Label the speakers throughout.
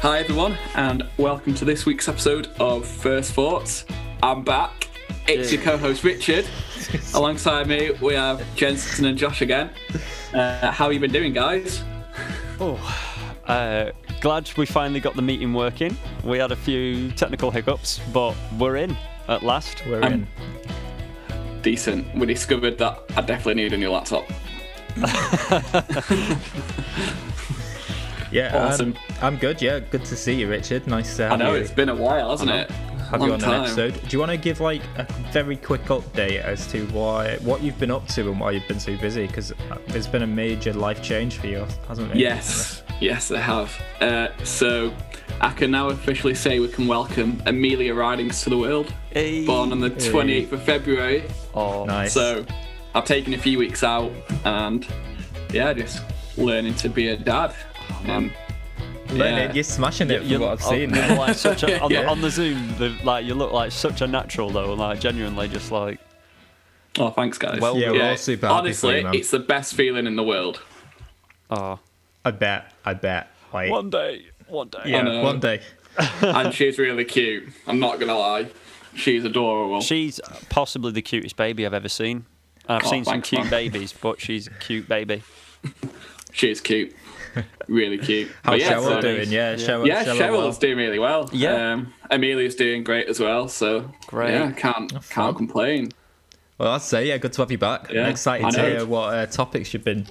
Speaker 1: Hi, everyone, and welcome to this week's episode of First Thoughts. I'm back. It's your co host, Richard. Alongside me, we have Jensen and Josh again. Uh, how you been doing, guys?
Speaker 2: Uh, glad we finally got the meeting working. We had a few technical hiccups, but we're in at last.
Speaker 3: We're
Speaker 1: Um,
Speaker 3: in.
Speaker 1: Decent. We discovered that I definitely need a new laptop.
Speaker 3: Yeah,
Speaker 1: awesome.
Speaker 3: I'm, I'm good. Yeah, good to see you, Richard. Nice to
Speaker 1: I
Speaker 3: have
Speaker 1: know,
Speaker 3: you.
Speaker 1: it's been a while, hasn't it?
Speaker 3: have you on an episode. Do you want to give like a very quick update as to why what you've been up to and why you've been so busy? Because there's been a major life change for you, hasn't it?
Speaker 1: Yes, yes, I have. Uh, so I can now officially say we can welcome Amelia Ridings to the world.
Speaker 2: Hey.
Speaker 1: Born on the 28th of February.
Speaker 2: Oh,
Speaker 3: Nice.
Speaker 1: So I've taken a few weeks out and yeah, just learning to be a dad.
Speaker 2: Oh,
Speaker 1: Um,
Speaker 3: Leonard,
Speaker 1: yeah.
Speaker 3: you're smashing it
Speaker 2: You
Speaker 3: from what I've
Speaker 2: oh,
Speaker 3: seen.
Speaker 2: you're like such a- on, the,
Speaker 3: Yeah.
Speaker 2: on the Zoom, the, like you look like such a natural though, like genuinely just like
Speaker 1: Oh, thanks, guys.
Speaker 2: Well Yeah,
Speaker 3: we're all super happy for
Speaker 1: Honestly,
Speaker 3: you, man.
Speaker 1: it's the best feeling in the world.
Speaker 2: oh,
Speaker 3: I bet. I bet. Like,
Speaker 2: one day, one day.
Speaker 1: I
Speaker 3: yeah,
Speaker 1: know.
Speaker 3: one day.
Speaker 1: and she's really cute. I'm not gonna lie, she's adorable.
Speaker 2: She's possibly the cutest baby I've ever seen. And I've
Speaker 1: Oh,
Speaker 2: seen some
Speaker 1: thanks,
Speaker 2: cute
Speaker 1: man.
Speaker 2: babies, but she's a cute baby.
Speaker 1: she's cute, really cute.
Speaker 3: How's
Speaker 1: But yeah,
Speaker 3: Cheryl
Speaker 1: so-
Speaker 3: doing? Yeah, Cheryl.
Speaker 1: Yeah,
Speaker 3: Cheryl,
Speaker 1: Cheryl's doing really well.
Speaker 2: Yeah.
Speaker 1: um, Amelia's doing great as well. So
Speaker 2: Great.
Speaker 1: Yeah, can't
Speaker 3: fun.
Speaker 1: can't complain.
Speaker 3: Well, I'd say, yeah, good to have you back.
Speaker 1: Yeah,
Speaker 3: I'm excited
Speaker 1: I
Speaker 3: to
Speaker 1: know.
Speaker 3: hear what uh, topics you've been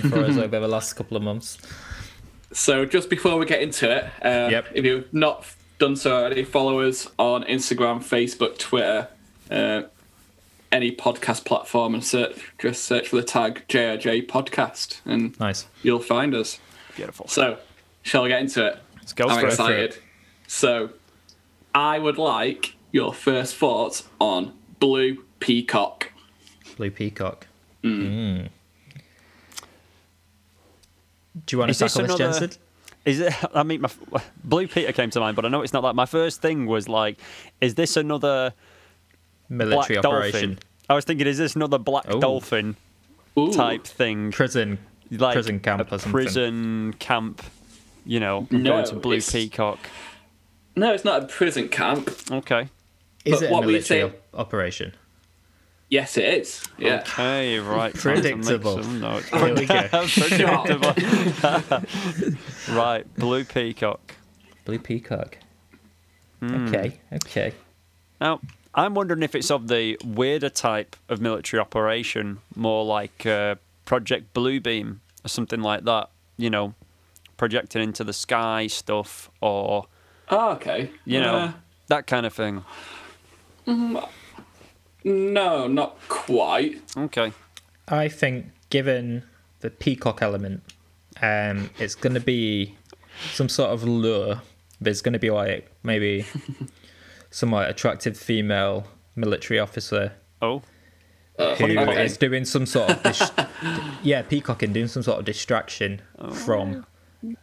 Speaker 3: for us over the last couple of months.
Speaker 1: So just before we get into it, uh,
Speaker 3: Yep.
Speaker 1: if you've not done so already, follow us on Instagram, Facebook, Twitter, uh, any podcast platform, and search just search for the tag JRJ Podcast, and
Speaker 3: Nice.
Speaker 1: you'll find us.
Speaker 2: Beautiful.
Speaker 1: So, shall we get into it?
Speaker 2: Let's go
Speaker 1: I'm
Speaker 2: for it.
Speaker 3: for
Speaker 1: excited. So, I would like your first thoughts on Blue Peacock.
Speaker 3: Blue Peacock. Mm. Do you want
Speaker 2: Is
Speaker 3: to
Speaker 2: this
Speaker 3: tackle this,
Speaker 2: another-
Speaker 3: Jensen?
Speaker 2: Is it? I mean, my, f- Blue Peter came to mind, but I know it's not that. My first thing was like, is this another
Speaker 3: Military
Speaker 2: black
Speaker 3: operation.
Speaker 2: dolphin? I was thinking, is this another black
Speaker 3: Oh.
Speaker 2: dolphin
Speaker 1: Ooh.
Speaker 2: type thing?
Speaker 3: Prison.
Speaker 2: Like
Speaker 3: prison camp
Speaker 2: a
Speaker 3: or something.
Speaker 2: prison camp. You know,
Speaker 1: No,
Speaker 2: going to Blue
Speaker 1: it's-
Speaker 2: Peacock.
Speaker 1: No, it's not a prison camp.
Speaker 2: Okay.
Speaker 3: Is
Speaker 1: But
Speaker 3: it a
Speaker 1: what were you
Speaker 3: military
Speaker 1: saying?
Speaker 3: op- operation?
Speaker 1: Yes, it is. Yeah.
Speaker 2: Okay. Right. time to make
Speaker 3: Predictable.
Speaker 2: some notes.
Speaker 3: Here we go.
Speaker 2: Predictable. right. Blue Peacock.
Speaker 3: Blue Peacock. Okay, okay.
Speaker 2: Now, I'm wondering if it's of the weirder type of military operation, more like uh, Project Bluebeam or something like that, you know, projecting into the sky stuff or,
Speaker 1: Oh, okay.
Speaker 2: you know,
Speaker 1: Uh,
Speaker 2: that kind of thing.
Speaker 1: No, not quite.
Speaker 2: Okay.
Speaker 3: I think, given the peacock element, um, it's going to be some sort of lure. There's going to be like maybe somewhat attractive female military officer
Speaker 2: Oh,
Speaker 1: Uh,
Speaker 3: who is
Speaker 1: okay.
Speaker 3: doing some sort of dis- yeah peacocking, doing some sort of distraction from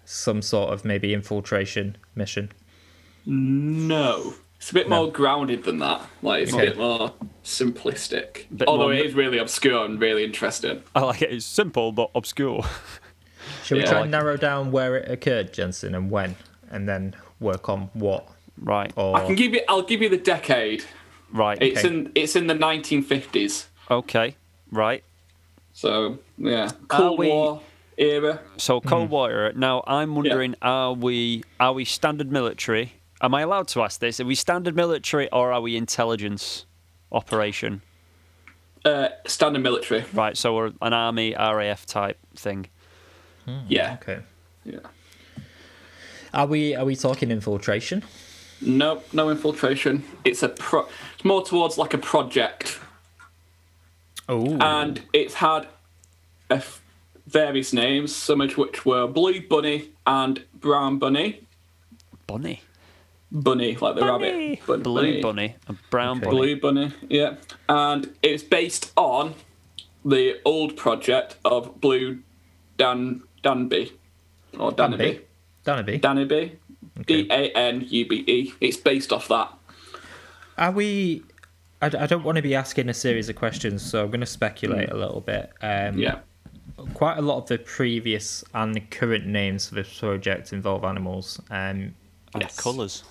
Speaker 3: some sort of maybe infiltration mission.
Speaker 1: No. It's a bit more grounded than that. Like, it's
Speaker 3: Okay.
Speaker 1: a bit more simplistic.
Speaker 2: Bit
Speaker 1: Although
Speaker 2: more
Speaker 1: it
Speaker 2: mi-
Speaker 1: is really obscure and really interesting.
Speaker 2: I like it. It's simple but obscure.
Speaker 3: Shall we
Speaker 1: Yeah.
Speaker 3: try
Speaker 1: I
Speaker 3: and narrow down where it occurred, Jensen, and when, and then work on what?
Speaker 2: right.
Speaker 3: Or
Speaker 1: I can give you. I'll give you the decade.
Speaker 2: Right.
Speaker 1: It's in. It's in the 1950s.
Speaker 2: okay. Right.
Speaker 1: So yeah,
Speaker 2: Are
Speaker 1: Cold
Speaker 2: we-
Speaker 1: War era.
Speaker 2: So Cold War. era. Now I'm wondering: Are we are we standard military? Am I allowed to ask this? Are we standard military or are we intelligence operation?
Speaker 1: Uh, standard military.
Speaker 2: Right, so we're an army RAF type thing.
Speaker 1: Yeah.
Speaker 3: okay.
Speaker 1: Yeah.
Speaker 3: Are we are we talking infiltration?
Speaker 1: No, no infiltration. It's a pro. It's more towards like a project,
Speaker 3: Oh,
Speaker 1: and it's had a f- various names, some of which were Blue Bunny and Brown Bunny.
Speaker 2: Bunny.
Speaker 1: Bunny, like the rabbit. Bun-
Speaker 2: Blue bunny, and brown bunny.
Speaker 1: Blue Bunny, yeah. And it's based on the old project of Blue Dan Danby. Or Danube.
Speaker 3: Danube.
Speaker 1: Danube. D A N U B E. It's based off that.
Speaker 3: Are we?
Speaker 2: Hmm.
Speaker 3: I, d- I don't want to be asking a series of questions, so I'm going to speculate a little bit. Um,
Speaker 1: Mm. Yeah.
Speaker 3: quite a lot of the previous and the current names for this project involve animals um,
Speaker 2: And
Speaker 1: Yes. Mm.
Speaker 2: colours.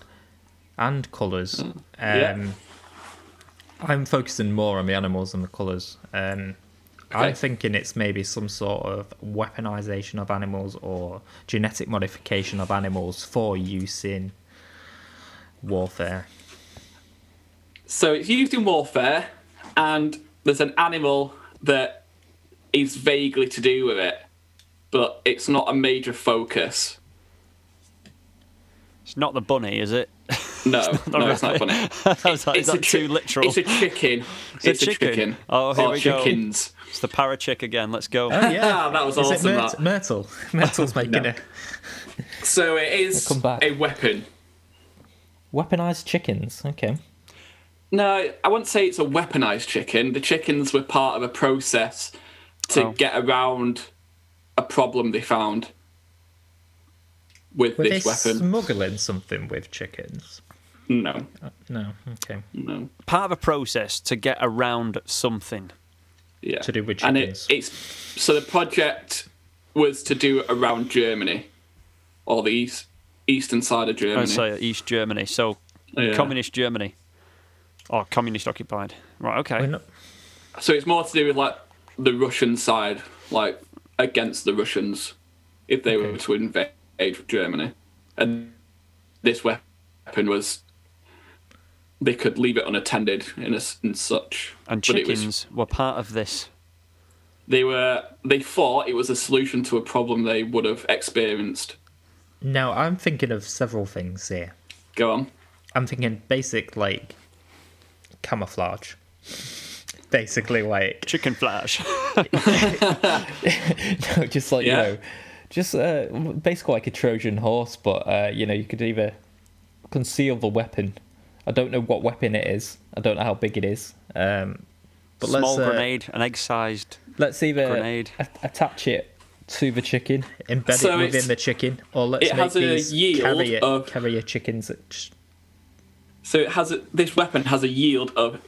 Speaker 3: and colours. Um,
Speaker 1: yeah.
Speaker 3: I'm focusing more on the animals than the colours. Um,
Speaker 1: Okay.
Speaker 3: I'm thinking it's maybe some sort of weaponization of animals or genetic modification of animals for use in warfare.
Speaker 1: So it's used in warfare, and there's an animal that is vaguely to do with it, but it's not a major focus.
Speaker 2: It's not the bunny, is it?
Speaker 1: No, no, it's not funny.
Speaker 2: I was like, is that
Speaker 1: chi-
Speaker 2: too literal?
Speaker 1: It's a chicken. It's,
Speaker 2: a
Speaker 1: a,
Speaker 2: chicken.
Speaker 1: chicken.
Speaker 2: Oh, here
Speaker 1: or
Speaker 2: we go.
Speaker 1: chickens.
Speaker 2: It's the para chick again. Let's go.
Speaker 3: Oh yeah,
Speaker 1: Ah, that was
Speaker 3: Is
Speaker 1: awesome,
Speaker 3: It
Speaker 1: that.
Speaker 3: Myrtle, Myrtle's making a
Speaker 1: So it is
Speaker 3: Come back.
Speaker 1: a weapon.
Speaker 3: weaponized chickens. Okay.
Speaker 1: No, I wouldn't say it's a weaponized chicken. The chickens were part of a process to
Speaker 2: Oh.
Speaker 1: get around a problem they found with
Speaker 3: Were
Speaker 1: this
Speaker 3: they
Speaker 1: weapon.
Speaker 3: smuggling something with chickens?
Speaker 1: No,
Speaker 3: No. Okay.
Speaker 1: no.
Speaker 2: Part of a process to get around something.
Speaker 1: Yeah.
Speaker 3: To do with
Speaker 1: And
Speaker 3: chickens.
Speaker 1: it, it's so the project was to do it around Germany or the east, eastern side of Germany.
Speaker 2: I'd say East Germany. So
Speaker 1: Yeah.
Speaker 2: communist Germany. Or communist occupied. Right, okay.
Speaker 3: We're not-
Speaker 1: So it's more to do with like the Russian side, like against the Russians, if they were
Speaker 3: Okay.
Speaker 1: to invade Germany, and this weapon was they could leave it unattended in a, s- and such.
Speaker 2: and
Speaker 1: But it was-
Speaker 2: chickens were part of this.
Speaker 1: they were they thought it was a solution to a problem they would have experienced.
Speaker 3: Now I'm thinking of several things here.
Speaker 1: Go on.
Speaker 3: I'm thinking basic like camouflage. Basically, like
Speaker 2: Chicken flash.
Speaker 3: no, just like
Speaker 1: Yeah.
Speaker 3: you know, just uh, basically like a Trojan horse, but uh, you know you could either conceal the weapon. I don't know what weapon it is. I don't know how big it is. Um, but
Speaker 2: Small
Speaker 3: let's, uh,
Speaker 2: grenade, an egg sized.
Speaker 3: Let's either
Speaker 2: Grenade.
Speaker 4: a- attach it to the chicken.
Speaker 3: embed
Speaker 1: So
Speaker 3: it
Speaker 1: it's-
Speaker 3: within the chicken, or let's
Speaker 1: it
Speaker 3: make
Speaker 1: has a
Speaker 3: these
Speaker 1: yield
Speaker 3: carrier,
Speaker 1: of-
Speaker 3: carrier chickens. that just-
Speaker 1: So it has a, this weapon has a yield of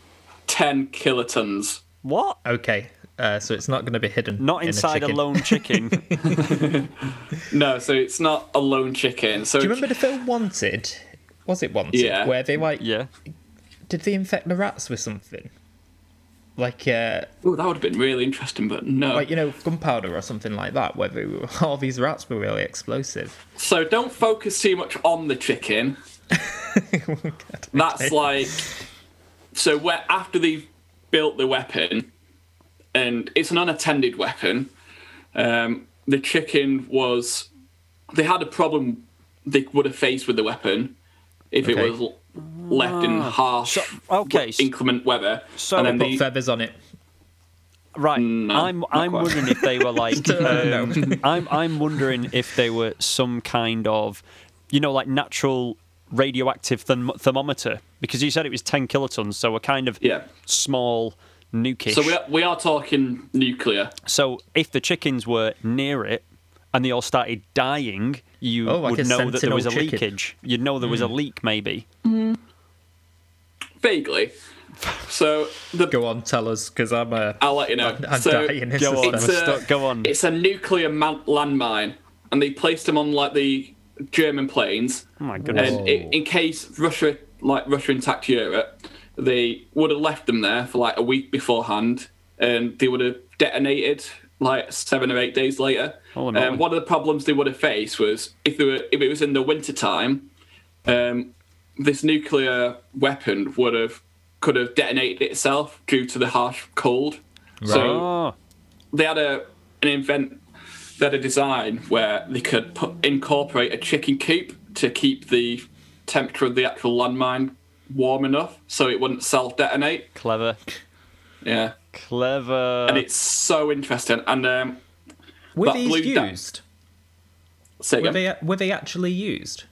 Speaker 1: ten kilotons.
Speaker 2: What?
Speaker 3: Okay, uh, so it's not going to be hidden.
Speaker 2: Not
Speaker 3: in
Speaker 2: inside a
Speaker 3: chicken.
Speaker 2: lone chicken.
Speaker 1: No, so it's not a lone chicken. So
Speaker 3: Do you remember the film Wanted? Was it Wanted?
Speaker 1: Yeah.
Speaker 3: Where they like
Speaker 2: yeah.
Speaker 3: did they infect the rats with something? Like uh
Speaker 1: Ooh, that would have been really interesting, but no.
Speaker 3: like you know, gunpowder or something like that, where they were, all these rats were really explosive.
Speaker 1: So don't focus too much on the chicken.
Speaker 3: Oh
Speaker 1: That's like so where after they've built the weapon and it's an unattended weapon, um, the chicken was they had a problem they would have faced with the weapon if
Speaker 3: Okay.
Speaker 1: it was l- left in harsh
Speaker 2: Ah. So- okay, s-
Speaker 1: inclement weather.
Speaker 2: so-
Speaker 1: and
Speaker 3: Put
Speaker 1: then the,
Speaker 3: feathers on it.
Speaker 2: Right.
Speaker 1: Mm, No,
Speaker 2: I'm
Speaker 1: not
Speaker 2: I'm
Speaker 1: quite.
Speaker 2: wondering if they were like
Speaker 3: No.
Speaker 2: um, I'm I'm wondering if they were some kind of you know like natural radioactive therm- thermometer because you said it was 10 kilotons so a kind of
Speaker 1: Yeah.
Speaker 2: small nukish
Speaker 1: so we are, we are talking nuclear.
Speaker 2: So if the chickens were near it and they all started dying, you
Speaker 3: Oh, like
Speaker 2: would
Speaker 3: a
Speaker 2: know that there
Speaker 3: sentinel
Speaker 2: was a
Speaker 3: chicken. Hmm.
Speaker 2: leakage. You'd know there was a leak, maybe.
Speaker 1: Vaguely. So the
Speaker 3: Go on, tell us, because I'm uh,
Speaker 1: I'll let you know.
Speaker 3: I'm
Speaker 1: so
Speaker 3: dying. It's
Speaker 2: Go
Speaker 3: a
Speaker 2: on,
Speaker 3: sense.
Speaker 1: It's a,
Speaker 2: Stu- go on.
Speaker 1: It's a nuclear man- landmine, and they placed them on like the German planes.
Speaker 2: Oh my goodness!
Speaker 1: and i in case Russia, like Russia, attacked Europe, they would have left them there for like a week beforehand, and they would have detonated like seven or eight days later.
Speaker 2: Holy moly.
Speaker 1: Um, one of the problems they would have faced was if they were if it was in the winter time, um, this nuclear weapon would have could have detonated itself due to the harsh cold. So
Speaker 2: oh,
Speaker 1: they had a an invent they had a design where they could put, incorporate a chicken coop to keep the temperature of the actual landmine warm enough so it wouldn't self detonate.
Speaker 2: clever,
Speaker 1: Yeah,
Speaker 2: clever.
Speaker 1: and it's so interesting. And um,
Speaker 3: Were
Speaker 1: that
Speaker 3: these
Speaker 1: blue duck-
Speaker 3: used?
Speaker 1: say
Speaker 3: Were
Speaker 1: again,
Speaker 3: they were they actually used?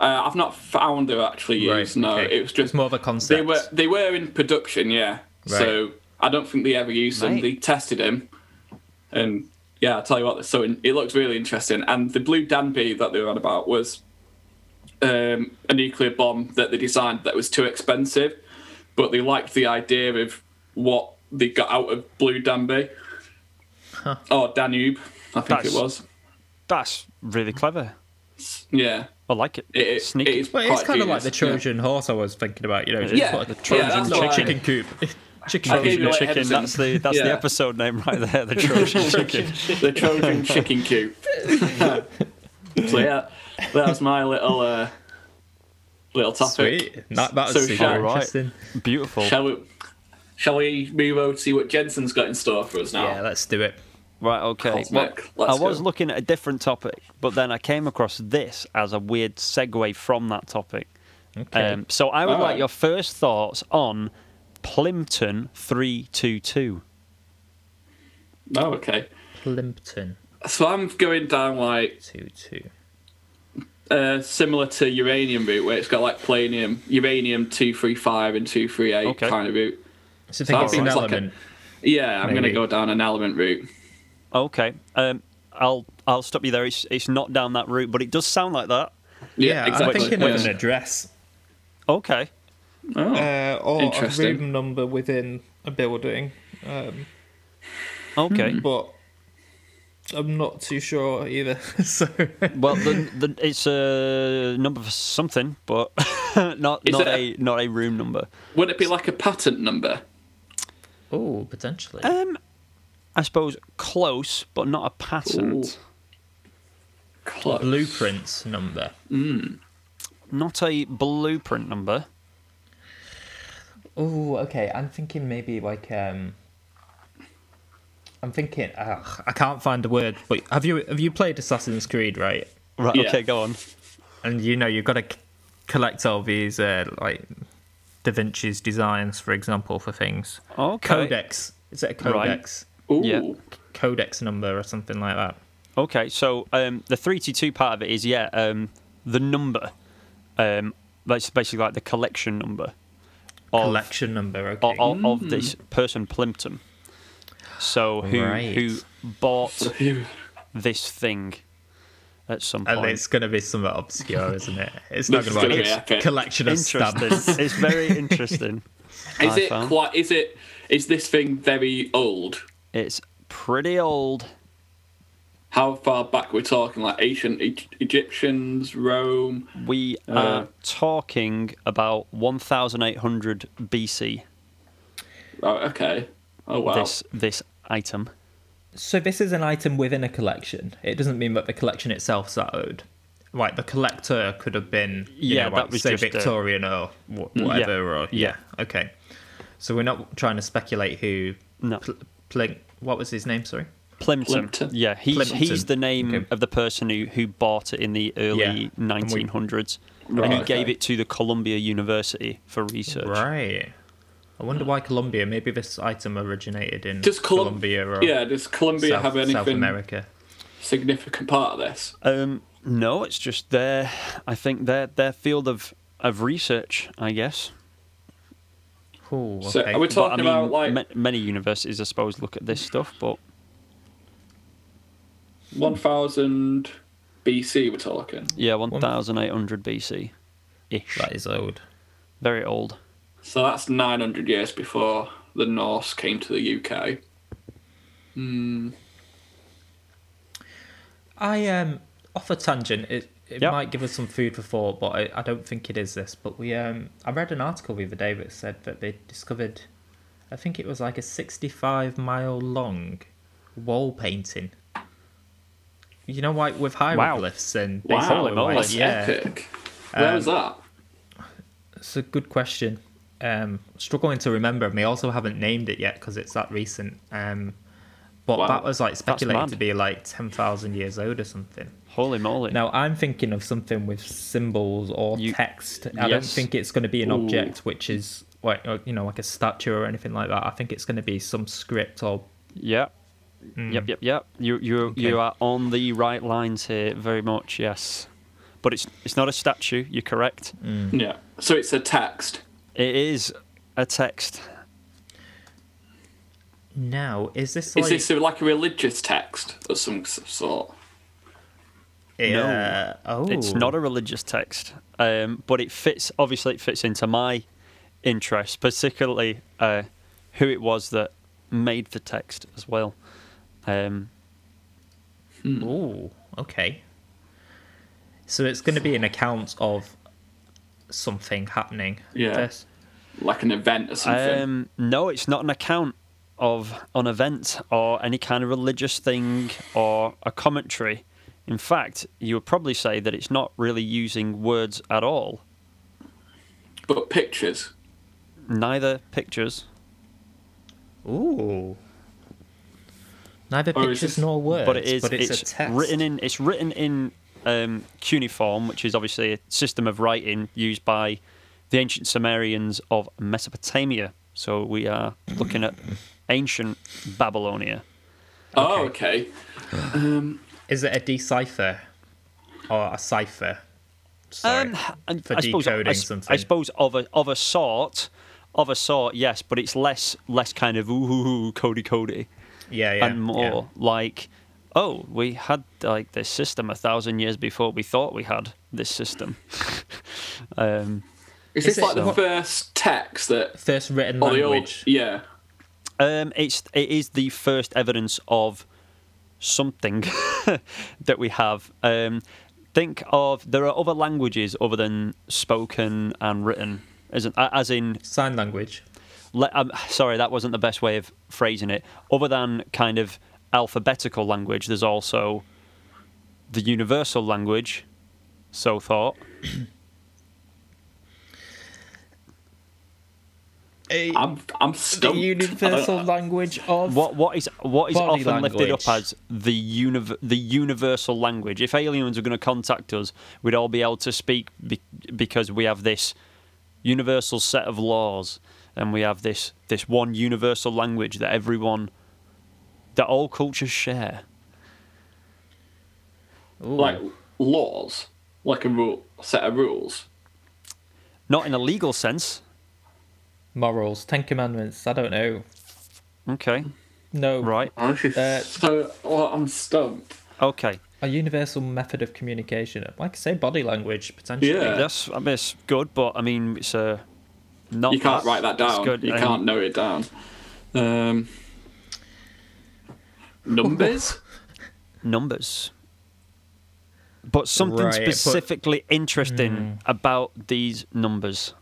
Speaker 1: uh, I've not found they were actually used. No,
Speaker 3: okay.
Speaker 1: it was just
Speaker 3: it's more of a concept.
Speaker 1: they were they were in production. Yeah, so I don't think they ever used them.
Speaker 2: Right.
Speaker 1: They tested them, and yeah, I tell you what, they're so in, it looks really interesting. And the blue Danby that they were on about was um, a nuclear bomb that they designed that was too expensive, but they liked the idea of what they got out of blue Danby. or Oh, Danube, I think
Speaker 2: That's-
Speaker 1: it was.
Speaker 2: That's really clever.
Speaker 1: Yeah,
Speaker 2: I like it.
Speaker 1: it, it, it
Speaker 2: Sneaky.
Speaker 1: is.
Speaker 3: Well,
Speaker 1: quite
Speaker 3: it's kind of like
Speaker 1: genius,
Speaker 3: the
Speaker 1: yeah.
Speaker 3: Trojan horse I was thinking about. You know, just
Speaker 1: Yeah.
Speaker 3: like the
Speaker 1: Yeah,
Speaker 3: Trojan
Speaker 1: that's what I-
Speaker 3: chicken coop. chicken
Speaker 1: I gave
Speaker 3: coop.
Speaker 1: you like
Speaker 2: chicken.
Speaker 1: Henderson.
Speaker 2: That's the that's the
Speaker 1: Yeah.
Speaker 2: episode name right there. The Trojan chicken.
Speaker 1: the Trojan chicken coop. so yeah, that was my little uh, little topic.
Speaker 3: Sweet. That, that was
Speaker 1: So
Speaker 3: super
Speaker 1: shall-
Speaker 3: interesting.
Speaker 2: Beautiful.
Speaker 1: Shall we? Shall we move over to see what Jensen's got in store for us now?
Speaker 3: Yeah, let's do it.
Speaker 2: Right. Okay.
Speaker 1: Cool, Mark,
Speaker 2: Well, I
Speaker 1: let's
Speaker 2: was
Speaker 1: go.
Speaker 2: looking at a different topic, but then I came across this as a weird segue from that topic.
Speaker 3: Okay.
Speaker 2: Um, so I would
Speaker 1: Alright.
Speaker 2: like your first thoughts on Plimpton three two two.
Speaker 1: Oh, okay.
Speaker 3: Plimpton
Speaker 1: So I'm going down like
Speaker 3: two two.
Speaker 1: uh, similar to uranium route, where it's got like planium, uranium two three five and two three eight
Speaker 2: Okay.
Speaker 1: kind of route.
Speaker 3: So I think
Speaker 1: That
Speaker 3: it's an
Speaker 1: seems like a-
Speaker 3: element.
Speaker 1: Yeah, I'm going to
Speaker 3: Maybe.
Speaker 1: go down an element route.
Speaker 2: Okay. Um, I'll I'll stop you there. It's it's not down that route, but it does sound like that.
Speaker 3: yeah,
Speaker 1: exactly.
Speaker 3: I'm thinking
Speaker 1: Yeah.
Speaker 3: of an address
Speaker 2: Okay.
Speaker 1: Oh.
Speaker 4: uh, or a
Speaker 1: Interesting.
Speaker 4: room number within a building, um,
Speaker 2: Okay.
Speaker 1: Hmm.
Speaker 4: but I'm not too sure either. so
Speaker 2: Well, the, the, it's a number for something, but not
Speaker 1: Is
Speaker 2: not a
Speaker 1: it
Speaker 2: not a room number.
Speaker 1: Would it be like a patent number?
Speaker 3: Oh, potentially.
Speaker 2: Um, I suppose close, but not a patent.
Speaker 1: Close.
Speaker 3: Blueprints number.
Speaker 2: Not a blueprint number.
Speaker 3: Oh, okay. I'm thinking maybe like um. I'm thinking. Ugh, I can't find the word. But have you have you played Assassin's Creed right?
Speaker 2: Right.
Speaker 1: Yeah.
Speaker 2: Okay. Go on.
Speaker 3: And you know you've got to c- collect all these uh, like Da Vinci's designs, for example, for things.
Speaker 2: Okay.
Speaker 3: Codex. Is it a
Speaker 2: Right.
Speaker 3: codex?
Speaker 1: Ooh.
Speaker 2: Yeah.
Speaker 3: Codex number or something like that.
Speaker 2: Okay. So um, the three two two part of it is yeah um, the number. Um, that's basically like the collection number of
Speaker 3: Collection number. Okay.
Speaker 2: o- o- of this person Plimpton. So who
Speaker 3: Right.
Speaker 2: who bought
Speaker 1: Phew.
Speaker 2: this thing at some point?
Speaker 3: and it's going to be somewhat obscure, isn't it? It's
Speaker 1: This
Speaker 3: not
Speaker 1: is
Speaker 3: going to
Speaker 1: gonna
Speaker 3: be
Speaker 1: be
Speaker 3: like a
Speaker 1: epic.
Speaker 3: collection of stamps.
Speaker 2: Interesting. it's very interesting.
Speaker 1: Is
Speaker 2: I
Speaker 1: it
Speaker 2: found.
Speaker 1: quite? Is it? Is this thing very old?
Speaker 2: It's pretty old.
Speaker 1: How far back we're talking? Like ancient e- Egyptians, Rome.
Speaker 2: We
Speaker 3: Oh,
Speaker 2: are talking about 1800 BC.
Speaker 1: Oh, okay. Oh wow.
Speaker 2: This this item.
Speaker 3: So this is an item within a collection. It doesn't mean that the collection itself's that old. Like the collector could have been, you
Speaker 2: Yeah,
Speaker 3: know,
Speaker 2: that
Speaker 3: like,
Speaker 2: was
Speaker 3: say
Speaker 2: just a- Mm,
Speaker 3: Victorian or or wh- whatever. Or yeah. okay. So we're not trying to speculate who.
Speaker 2: No.
Speaker 3: Pl- Plink. What was his name? Sorry.
Speaker 2: Plimpton.
Speaker 1: Plimpton.
Speaker 2: Yeah, he's he's
Speaker 3: Plimpton.
Speaker 2: the name
Speaker 3: Okay.
Speaker 2: of the person who, who bought it in the
Speaker 3: Yeah,
Speaker 2: early
Speaker 3: and we-
Speaker 2: 1900s. And,
Speaker 1: Right,
Speaker 2: he
Speaker 1: okay.
Speaker 2: gave it to the Columbia University for research.
Speaker 3: Right. I wonder why Colombia. Maybe this item originated in
Speaker 1: Does Colum-
Speaker 3: Colombia or
Speaker 1: yeah, does Colombia
Speaker 3: uh, South,
Speaker 1: have
Speaker 3: South
Speaker 1: anything
Speaker 3: America.
Speaker 1: significant part of this?
Speaker 2: Um, no, it's just their I think their their field of of research, I guess.
Speaker 3: Ooh, okay.
Speaker 1: So are we
Speaker 2: But, I
Speaker 1: talking
Speaker 2: mean,
Speaker 1: about like
Speaker 2: ma- many universities, I suppose, look at this stuff, but
Speaker 1: 1000 BC? We're talking.
Speaker 2: yeah, 1800 BC ish.
Speaker 3: that is old.
Speaker 2: Very old.
Speaker 1: So that's 900 years before the Norse came to the UK.
Speaker 3: I um off a tangent. It it
Speaker 2: Yep.
Speaker 3: might give us some food for thought, but I, I don't think it is this. But we um I read an article the other day that said that they discovered, I think it was like a sixty-five mile long wall painting. You know, like with hieroglyphs and
Speaker 1: Wow,
Speaker 3: basically, like, Um,
Speaker 1: that's epic. Where was that?
Speaker 3: It's a good question. Um, struggling to remember, and we also haven't named it yet because it's that recent. Um, but
Speaker 1: Wow.
Speaker 3: that was like speculated
Speaker 2: mad.
Speaker 3: to be like ten thousand years old or something.
Speaker 2: Holy moly.
Speaker 3: Now I'm thinking of something with symbols or
Speaker 2: You-
Speaker 3: text. I don't
Speaker 2: yes.
Speaker 3: think it's going to be an
Speaker 1: Ooh.
Speaker 3: object which is like uh, you know like a statue or anything like that. I think it's going to be some script or
Speaker 2: Yeah. Yep, yep, yep. You you
Speaker 3: Okay.
Speaker 2: you are on the right lines here very much, yes. But it's it's not a statue, you're correct.
Speaker 1: Yeah. So it's a text.
Speaker 2: It is a text.
Speaker 3: now is this
Speaker 1: Is
Speaker 3: like
Speaker 1: this like a religious text of some s- sort?
Speaker 3: yeah oh
Speaker 2: It's not a religious text. Um, but it fits obviously it fits into my interest, particularly uh, who it was that made the text as well. Um,
Speaker 3: Ooh, okay. So it's going to be an account of something happening.
Speaker 1: Yeah.
Speaker 3: This-
Speaker 1: like an event or something.
Speaker 2: um, no, it's not an account of an event or any kind of religious thing or a commentary. In fact, you would probably say that it's not really using words at all.
Speaker 1: but pictures.
Speaker 2: Neither pictures.
Speaker 3: Ooh. Neither
Speaker 1: Or is
Speaker 3: pictures
Speaker 1: this-
Speaker 3: nor words,
Speaker 2: but it is
Speaker 3: it's,
Speaker 2: it's
Speaker 3: a text.
Speaker 2: written in it's written in um, cuneiform, which is obviously a system of writing used by the ancient Sumerians of Mesopotamia. So we are looking at ancient Babylonia.
Speaker 1: Oh, okay.
Speaker 3: Is it a decipher or a cipher? Sorry.
Speaker 2: Um, and
Speaker 3: For
Speaker 2: I suppose, I,
Speaker 3: decoding
Speaker 2: s- I
Speaker 3: something.
Speaker 2: suppose of a of a sort, of a sort, yes, but it's less less kind of ooh, ooh, ooh Cody Cody.
Speaker 3: yeah, yeah.
Speaker 2: and more like oh we had like this system a thousand years before we thought we had this system um,
Speaker 1: Is,
Speaker 3: Is
Speaker 1: this like
Speaker 3: it-
Speaker 1: the first text that
Speaker 3: yeah. First written
Speaker 1: or the old
Speaker 3: language.
Speaker 1: yeah.
Speaker 2: um, it's it is the first evidence of something that we have um, think of there are other languages other than spoken and written isn't a- as in
Speaker 3: Sign language.
Speaker 2: le- um, sorry, that wasn't the best way of phrasing it. Other than kind of alphabetical language, there's also the universal language, so thought.
Speaker 4: A,
Speaker 1: I'm I'm
Speaker 4: the
Speaker 1: stumped.
Speaker 4: universal language of
Speaker 2: What what is what is
Speaker 4: Body
Speaker 2: often lifted up
Speaker 4: language.
Speaker 2: as the univ- the universal language? If aliens were going to contact us, we'd all be able to speak be- because we have this universal set of laws, and we have this this one universal language that everyone that all cultures share.
Speaker 3: Ooh.
Speaker 1: like laws, like a rule, set of rules.
Speaker 2: Not in a legal sense.
Speaker 3: morals, Ten Commandments. I don't know.
Speaker 2: Okay.
Speaker 3: No,
Speaker 2: Right.
Speaker 1: Uh, so well, I'm stumped.
Speaker 2: Okay.
Speaker 3: a universal method of communication. Like I say, body language potentially.
Speaker 1: Yeah.
Speaker 2: That's I mean, it's good, but I mean it's uh, not.
Speaker 1: You can't write that
Speaker 2: it's
Speaker 1: down.
Speaker 2: good,
Speaker 1: You
Speaker 2: um,
Speaker 1: can't know it down. Um, numbers.
Speaker 2: numbers. But something
Speaker 3: Right, Hmm. but-
Speaker 2: specifically interesting about these numbers.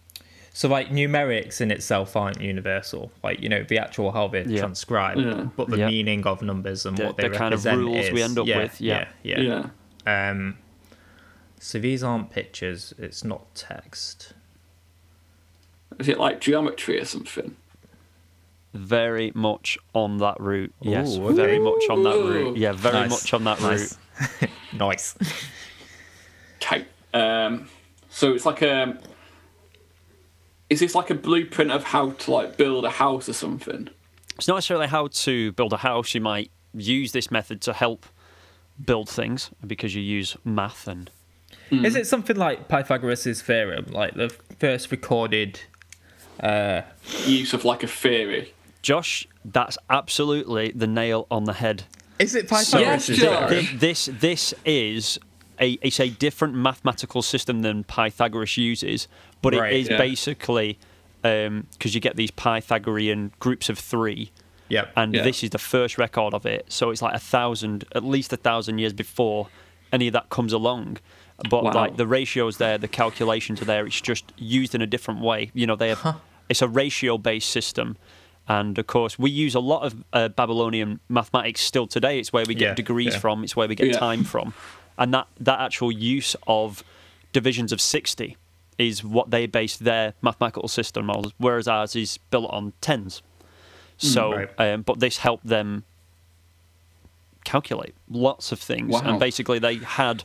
Speaker 3: So like numerics in itself aren't universal. Like you know the actual how they're
Speaker 2: Yeah.
Speaker 3: transcribed,
Speaker 1: Yeah.
Speaker 3: but the
Speaker 2: Yeah.
Speaker 3: meaning of numbers and
Speaker 2: The-
Speaker 3: what they
Speaker 2: the kind of
Speaker 3: represent
Speaker 2: rules
Speaker 3: is-
Speaker 2: we end up
Speaker 3: yeah,
Speaker 2: with, yeah.
Speaker 3: yeah,
Speaker 1: Yeah.
Speaker 3: yeah. Um, so these aren't pictures. It's not text.
Speaker 1: Is it like geometry or something?
Speaker 2: Very much on that route. Yes.
Speaker 3: Ooh, okay.
Speaker 2: Very much on that
Speaker 1: Ooh.
Speaker 2: route. Yeah. Very
Speaker 3: Nice.
Speaker 2: much on that route.
Speaker 3: nice.
Speaker 1: Type. Um, so it's like a. Is this like a blueprint of how to like build a house or something?
Speaker 2: It's not necessarily how to build a house. You might use this method to help build things because you use math and
Speaker 1: Mm.
Speaker 3: Is it something like Pythagoras' theorem, like the first recorded?
Speaker 1: Use of like a theory.
Speaker 2: Josh, that's absolutely the nail on the head.
Speaker 3: Is it
Speaker 1: Yes,
Speaker 3: Pythagoras'
Speaker 1: Josh.
Speaker 3: theorem?
Speaker 2: Thi- This this is a it's a different mathematical system than Pythagoras uses, but
Speaker 3: Right,
Speaker 2: it is
Speaker 1: yeah.
Speaker 2: basically because you get these Pythagorean groups of three,
Speaker 3: Yep.
Speaker 2: and
Speaker 1: Yeah.
Speaker 2: this is the first record of it. So it's like a thousand, at least a thousand years before any of that comes along. But
Speaker 1: Wow.
Speaker 2: like the ratios there, the calculations are there. It's just used in a different way. You know, they have it's a ratio-based system. And of course, we use a lot of uh, Babylonian mathematics still today. It's where we get
Speaker 3: Yeah,
Speaker 2: degrees
Speaker 3: yeah.
Speaker 2: from. It's where we get
Speaker 1: Yeah.
Speaker 2: time from, and that that actual use of divisions of sixty is what they base their mathematical system on, whereas ours is built on tens. So,
Speaker 3: Hmm, Right.
Speaker 2: um, but this helped them calculate lots of things,
Speaker 1: Wow.
Speaker 2: and basically they had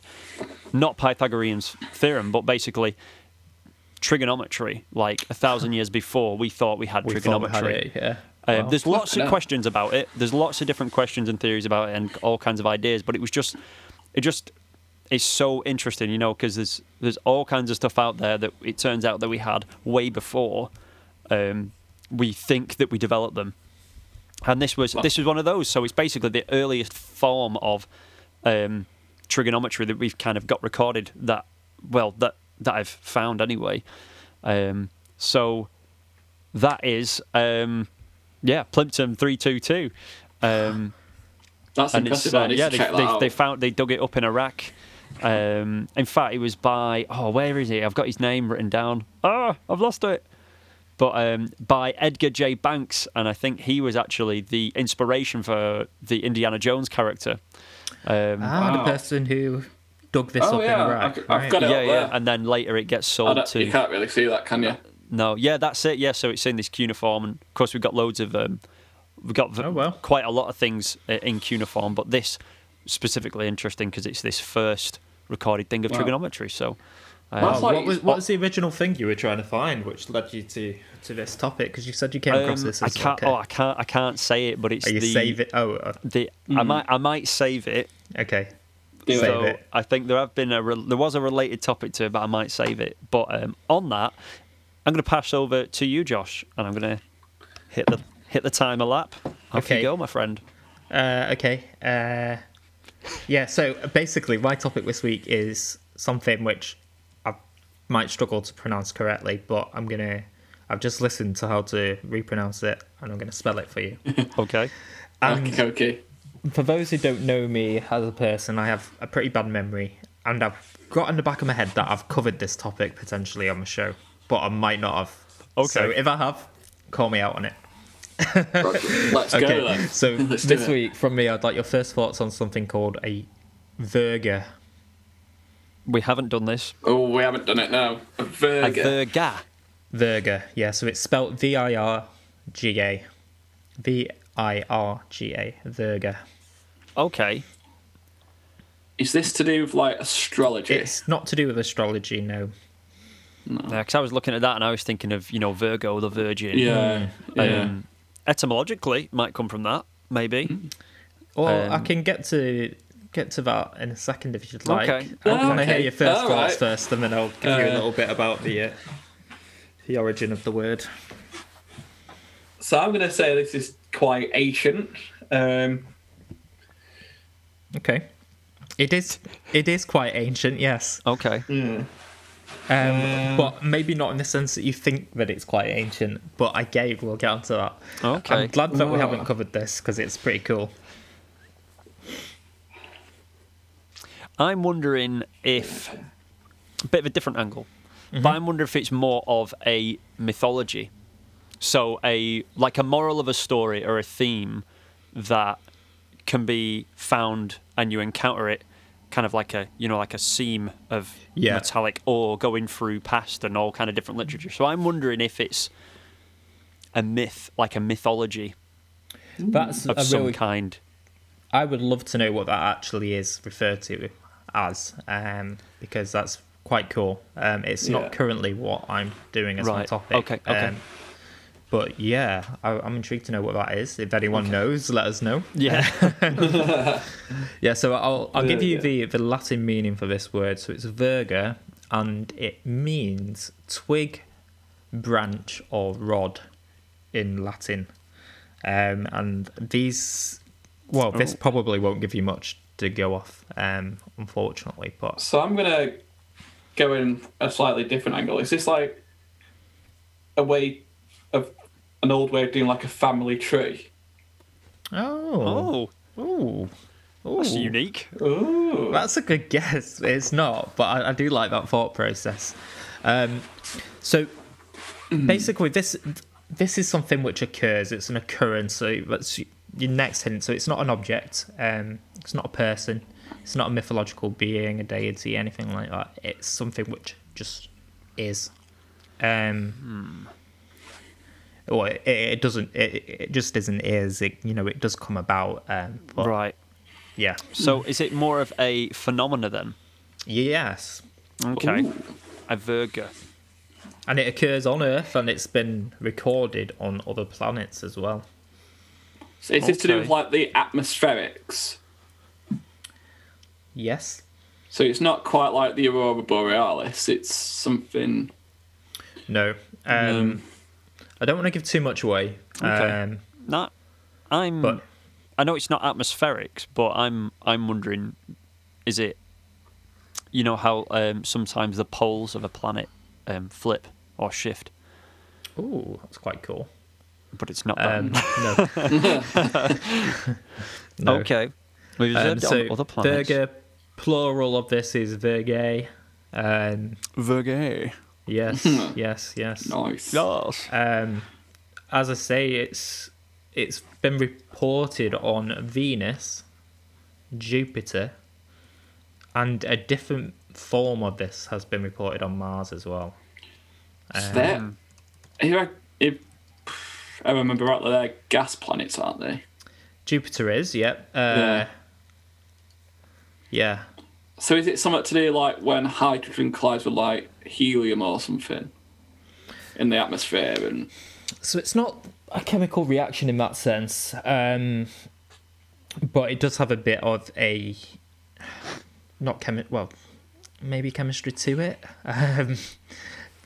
Speaker 2: not Pythagorean's theorem, but basically trigonometry. Like a thousand years before, we thought we had
Speaker 3: We thought we
Speaker 2: trigonometry.
Speaker 3: had it, yeah.
Speaker 2: Um,
Speaker 3: Wow.
Speaker 2: There's lots
Speaker 1: Fucking
Speaker 2: of
Speaker 1: hell.
Speaker 2: questions about it. There's lots of different questions and theories about it, and all kinds of ideas. But it was just, it just is so interesting, you know, because there's there's all kinds of stuff out there that it turns out that we had way before um, we think that we developed them. And this was this was one of those. So it's basically the earliest form of um, trigonometry that we've kind of got recorded. That well, that that I've found anyway. Um, so that is um, yeah, Plimpton three two two. Um,
Speaker 1: That's
Speaker 2: and
Speaker 1: impressive.
Speaker 2: it's uh,
Speaker 1: I need
Speaker 2: yeah,
Speaker 1: to
Speaker 2: they,
Speaker 1: check that
Speaker 2: they,
Speaker 1: out.
Speaker 2: they found they dug it up in Iraq. Um, in fact, it was by oh, where is he? I've got his name written down. Ah, I've lost it. But um, by Edgar J. Banks, and I think he was actually the inspiration for the Indiana Jones character. Um,
Speaker 3: I'm
Speaker 1: Wow.
Speaker 3: the person who dug this
Speaker 1: Oh,
Speaker 3: up
Speaker 1: yeah,
Speaker 3: in Iraq.
Speaker 1: I've- I've
Speaker 3: right?
Speaker 1: got it.
Speaker 2: yeah,
Speaker 1: up
Speaker 2: yeah,
Speaker 1: there.
Speaker 2: and then later it gets
Speaker 1: I
Speaker 2: sold
Speaker 1: don't-
Speaker 2: to
Speaker 1: you can't really see that, can you?
Speaker 2: No, yeah, that's it. Yeah, so it's in this cuneiform, and of course we've got loads of um, we've got v-
Speaker 3: Oh, well.
Speaker 2: quite a lot of things i- in cuneiform, but this specifically interesting because it's this first recorded thing of
Speaker 1: Wow.
Speaker 2: trigonometry. So,
Speaker 1: Wow.
Speaker 2: uh,
Speaker 1: It's
Speaker 3: Oh,
Speaker 1: like-
Speaker 3: what was what was the original thing you were trying to find, which led you to to this topic? Because you said you came across
Speaker 2: um,
Speaker 3: this.
Speaker 2: I
Speaker 3: As
Speaker 2: can't.
Speaker 3: Like,
Speaker 2: Oh, I can't. I can't say it, but it's
Speaker 3: are you
Speaker 2: the
Speaker 3: save it? Oh, uh,
Speaker 2: the. I might. I might save it.
Speaker 3: okay.
Speaker 1: Do
Speaker 3: Save
Speaker 2: so
Speaker 3: it.
Speaker 2: I think there have been a re- there was a related topic to it, but I might save it. But um, on that, I'm going to pass over to you, Josh, and I'm going to hit the hit the timer lap. Off
Speaker 3: Okay.
Speaker 2: you go, my friend.
Speaker 3: Uh, okay. Uh, yeah. So basically, my topic this week is something which I might struggle to pronounce correctly, but I'm gonna. I've just listened to how to repronounce it, and I'm gonna spell it for you.
Speaker 2: Okay.
Speaker 1: Okay, okay.
Speaker 3: for those who don't know me as a person, I have a pretty bad memory, and I've got in the back of my head that I've covered this topic potentially on the show, but I might not have.
Speaker 2: Okay.
Speaker 3: So if I have, call me out on it.
Speaker 1: Roger. Let's go
Speaker 3: Okay.
Speaker 1: then.
Speaker 3: So
Speaker 1: Let's do
Speaker 3: this
Speaker 1: it.
Speaker 3: week from me, I'd like your first thoughts on something called a verger.
Speaker 2: We haven't done this.
Speaker 1: Oh, we haven't done it now. A
Speaker 2: A
Speaker 1: Virgo.
Speaker 2: verga.
Speaker 3: Verger. Yeah. So it's spelled V I R G A. V I R G A. Verger.
Speaker 2: Okay.
Speaker 1: Is this to do with like astrology?
Speaker 3: It's not to do with astrology, no. Oh.
Speaker 2: Because I was looking at that and I was thinking of, you know, Virgo, the Virgin.
Speaker 1: yeah. yeah.
Speaker 2: Um, etymologically, it might come from that, maybe.
Speaker 3: Mm. Well, I
Speaker 2: Um,
Speaker 3: can get to get to that in a second if you'd like.
Speaker 2: Okay.
Speaker 3: I want to
Speaker 1: Okay.
Speaker 3: hear your first
Speaker 1: All
Speaker 3: thoughts
Speaker 1: right.
Speaker 3: first, and then I'll give you a
Speaker 1: Uh,
Speaker 3: little bit about the uh, the origin of the word.
Speaker 1: So I'm going to say this is quite ancient. Um,
Speaker 3: Okay. It is it is quite ancient, yes,
Speaker 2: Okay.
Speaker 3: Mm. um, but maybe not in the sense that you think that it's quite ancient. But I gave we'll get onto that.
Speaker 2: Okay.
Speaker 3: I'm glad that we
Speaker 1: Wow.
Speaker 3: haven't covered this because it's pretty cool.
Speaker 2: I'm wondering if a bit of a different angle,
Speaker 3: Mm-hmm.
Speaker 2: but I'm wondering if it's more of a mythology, so a like a moral of a story or a theme that can be found and you encounter it, kind of like a you know like a seam of
Speaker 3: Yeah.
Speaker 2: metallic ore going through past and all kind of different literature. So I'm wondering if it's a myth, like a mythology
Speaker 3: That's
Speaker 2: of
Speaker 3: a
Speaker 2: some
Speaker 3: really
Speaker 2: kind.
Speaker 3: I would love to know what that actually is referred to as, um, because that's quite cool. Um, it's
Speaker 1: Yeah.
Speaker 3: not currently what I'm doing as my
Speaker 2: Right.
Speaker 3: topic.
Speaker 2: Okay, okay.
Speaker 3: Um, but yeah, I, I'm intrigued to know what that is. If anyone knows, let us know.
Speaker 2: Yeah.
Speaker 3: Yeah, so I'll, I'll give you
Speaker 1: Virgo.
Speaker 3: the, the Latin meaning for this word. So it's virga, and it means twig, branch, or rod in Latin. Um, and these, well,
Speaker 2: Oh.
Speaker 3: this probably won't give you much to go off, um, unfortunately. But
Speaker 1: so I'm going to go in a slightly different angle. Is this like a way of an old way of doing like a family tree?
Speaker 3: oh,
Speaker 2: oh,
Speaker 3: Ooh.
Speaker 2: that's
Speaker 3: Ooh.
Speaker 2: unique.
Speaker 1: Ooh.
Speaker 3: That's a good guess. It's not, but I, I do like that thought process. Um, so basically, this this is something which occurs. It's an occurrence. So that's your next hint. So it's not an object. Um, it's not a person. It's not a mythological being, a deity, anything like that. It's something which just is. Um, Or it, it doesn't. It, it just isn't. Is it? You know, it does come about. Um, but
Speaker 2: Right.
Speaker 3: Yeah.
Speaker 2: So is it more of a phenomena then?
Speaker 3: Yes.
Speaker 2: Okay.
Speaker 1: Ooh.
Speaker 2: A Virgo.
Speaker 3: And it occurs on Earth and it's been recorded on other planets as well.
Speaker 1: So is this to do with
Speaker 2: Okay.
Speaker 1: like the atmospherics?
Speaker 3: Yes.
Speaker 1: So it's not quite like the aurora borealis. It's something.
Speaker 3: No. Um, I don't want to give too much away.
Speaker 2: Okay.
Speaker 3: Um,
Speaker 2: Not. I'm.
Speaker 3: But-
Speaker 2: I know it's not atmospherics, but I'm. I'm wondering, is it? You know how um, sometimes the poles of a planet um, flip or shift,
Speaker 3: ooh, that's quite cool.
Speaker 2: but it's not that.
Speaker 3: Um, no. No.
Speaker 2: Okay. We've
Speaker 3: Um,
Speaker 2: observed it
Speaker 3: so
Speaker 2: on other planets.
Speaker 3: Virga, plural of this is Virgae. Um,
Speaker 2: Virgo.
Speaker 3: yes, yes, yes.
Speaker 1: Nice.
Speaker 2: Yes.
Speaker 3: Um, as I say, it's it's been reported on Venus, Jupiter, and a different form of this has been reported on Mars as well.
Speaker 1: So they're, if I, if I remember rightly, they're gas planets, aren't they?
Speaker 3: Jupiter is, yep. Uh,
Speaker 1: Yeah.
Speaker 3: yeah.
Speaker 1: So is it something to do like when hydrogen collides with like helium or something in the atmosphere? And
Speaker 3: So it's not a chemical reaction in that sense, um, but it does have a bit of a not chemi well, maybe chemistry to it. Um,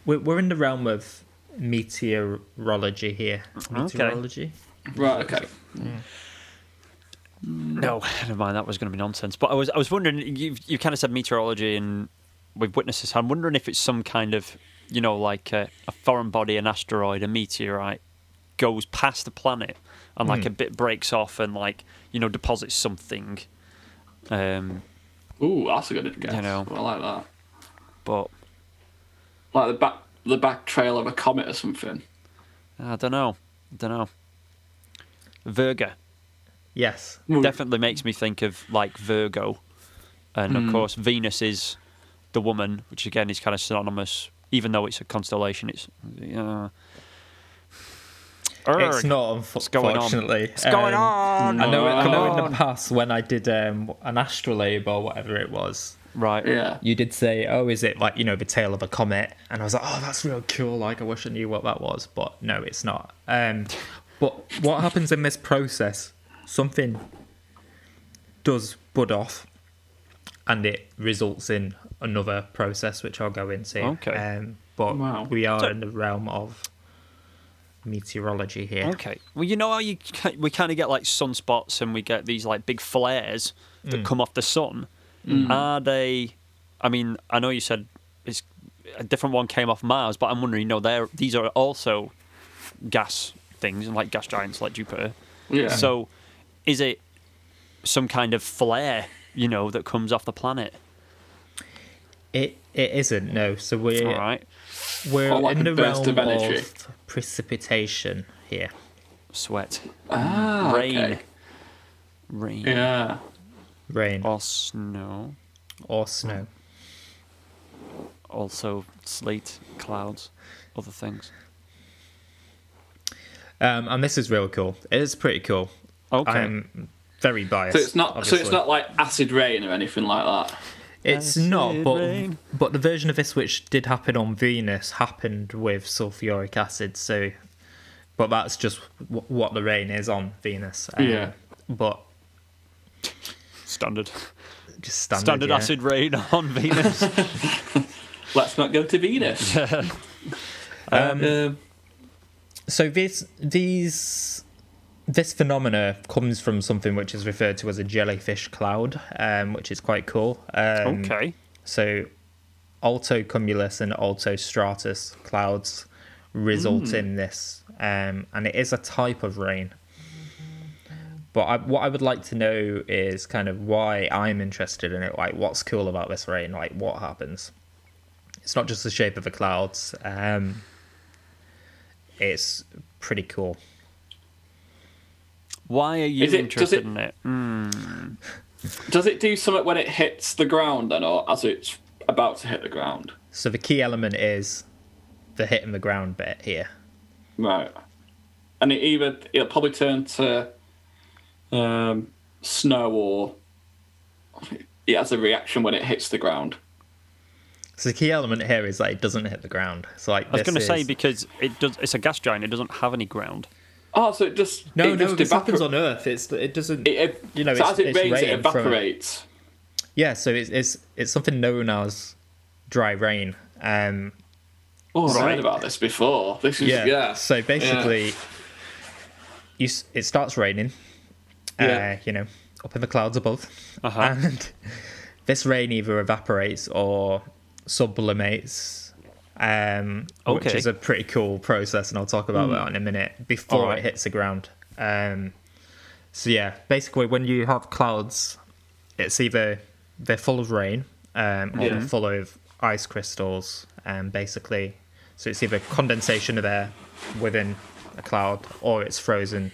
Speaker 3: we're, we're in the realm of meteorology here. Meteorology.
Speaker 1: right, okay.
Speaker 2: No, never mind. That was going to be nonsense. But I was, I was wondering. You, you kind of said meteorology, and we've witnessed this. I'm wondering if it's some kind of, you know, like a, a foreign body, an asteroid, a meteorite, goes past the planet, and like a bit breaks off, and like you know deposits something. Um,
Speaker 1: Ooh, that's a good guess.
Speaker 2: You know.
Speaker 1: I like that.
Speaker 2: but
Speaker 1: Like the back the back trail of a comet or something.
Speaker 2: I don't know. I don't know. Virgo
Speaker 3: Yes.
Speaker 1: Hmm.
Speaker 2: definitely makes me think of like Virgo, and
Speaker 3: Hmm.
Speaker 2: of course Venus is the woman, which again is kind of synonymous. Even though it's a constellation, it's uh,
Speaker 3: It's not,
Speaker 2: What's going on?
Speaker 3: unfortunately.
Speaker 2: What's going on?
Speaker 3: I know, I
Speaker 1: Come
Speaker 3: know in
Speaker 2: on.
Speaker 3: the past when I did um, an astrolabe or whatever it was,
Speaker 2: right.
Speaker 1: Yeah.
Speaker 3: you did say, "Oh, is it like you know the tail of a comet?" And I was like, "Oh, that's real cool. Like, I wish I knew what that was." But no, it's not. Um, but what happens in this process? Something does bud off, and it results in another process, which I'll go into.
Speaker 2: Okay.
Speaker 3: Um, but
Speaker 1: Wow.
Speaker 3: we are
Speaker 2: So-
Speaker 3: in the realm of meteorology here.
Speaker 2: Okay. Well, you know how you ki- we kind of get like sunspots and we get these like big flares
Speaker 3: Hmm.
Speaker 2: that come off the sun. Are they? I mean, I know you said it's a different one came off Mars, but I'm wondering, you know, they're these are also gas things and like gas giants like Jupiter.
Speaker 1: Yeah.
Speaker 2: So, is it some kind of flare, you know, that comes off the planet?
Speaker 3: It it isn't no. So we're
Speaker 2: All right.
Speaker 3: we're
Speaker 1: Or like
Speaker 3: in
Speaker 1: a
Speaker 3: the
Speaker 1: burst
Speaker 3: realm
Speaker 1: of energy.
Speaker 3: of precipitation here.
Speaker 2: Sweat,
Speaker 1: ah,
Speaker 2: rain,
Speaker 1: okay.
Speaker 2: rain,
Speaker 1: Yeah.
Speaker 3: Rain
Speaker 1: Oh.
Speaker 2: or snow,
Speaker 3: or snow.
Speaker 2: also sleet, clouds, other things.
Speaker 3: Um, and this is real cool. It is pretty cool.
Speaker 2: Okay.
Speaker 3: I'm very biased.
Speaker 1: So it's not so it's
Speaker 3: obviously.
Speaker 1: not like acid rain or anything like that.
Speaker 3: It's
Speaker 2: Acid
Speaker 3: not. But
Speaker 2: rain.
Speaker 3: but the version of this which did happen on Venus happened with sulfuric acid. So, but that's just w- what the rain is on Venus. um,
Speaker 1: Yeah.
Speaker 3: But
Speaker 2: Standard.
Speaker 3: just standard.
Speaker 2: Standard
Speaker 3: yeah.
Speaker 2: acid rain on Venus.
Speaker 1: Um, Let's not go to Venus. um,
Speaker 3: So this these this phenomena comes from something which is referred to as a jellyfish cloud, um, which is quite cool. Um,
Speaker 2: okay.
Speaker 3: So altocumulus and altostratus clouds result
Speaker 2: Hmm.
Speaker 3: in this, um, and it is a type of rain. But I, what I would like to know is kind of why I'm interested in it. Like, what's cool about this rain? Like, what happens? It's not just the shape of the clouds. Um, it's pretty cool.
Speaker 2: Why are you
Speaker 1: Is it- does
Speaker 2: interested
Speaker 1: it-
Speaker 2: in it? Mm,
Speaker 1: does it do something when it hits the ground then or as it's about to hit the ground?
Speaker 3: So the key element is the hit and the ground bit here.
Speaker 1: Right. And it either it'll probably turn to um, snow or it has a reaction when it hits the ground.
Speaker 3: So the key element here is that it doesn't hit the ground. So like
Speaker 2: I was
Speaker 3: this
Speaker 2: going to say
Speaker 3: is-
Speaker 2: because it does. It's a gas giant. It doesn't have any ground.
Speaker 1: Oh, so it just
Speaker 3: No,
Speaker 1: it
Speaker 3: no,
Speaker 1: just
Speaker 3: this happens
Speaker 1: evapor-
Speaker 3: on Earth. It's it doesn't.
Speaker 1: it, it-
Speaker 3: you know,
Speaker 1: so
Speaker 3: it's-
Speaker 1: as it
Speaker 3: it's
Speaker 1: rains, it
Speaker 3: rain from-
Speaker 1: evaporates.
Speaker 3: yeah, so it's it's it's something known as dry rain. Um,
Speaker 1: Oh, I've
Speaker 2: Right.
Speaker 1: heard about this before. This is
Speaker 3: yeah.
Speaker 1: yeah.
Speaker 3: So basically, you s- it starts raining.
Speaker 1: Yeah.
Speaker 3: Uh, you know, up in the clouds above,
Speaker 2: Uh-huh.
Speaker 3: and this rain either evaporates or sublimates. Um, which
Speaker 2: Okay.
Speaker 3: is a pretty Hmm. cool process, and I'll talk about that in a minute. Before
Speaker 2: Alright.
Speaker 3: it hits the ground, um, So yeah, basically, when you have clouds, it's either they're full of rain Uh, um, or
Speaker 1: Yeah.
Speaker 3: they're full of ice crystals, and basically, so it's either condensation of air within a cloud or it's frozen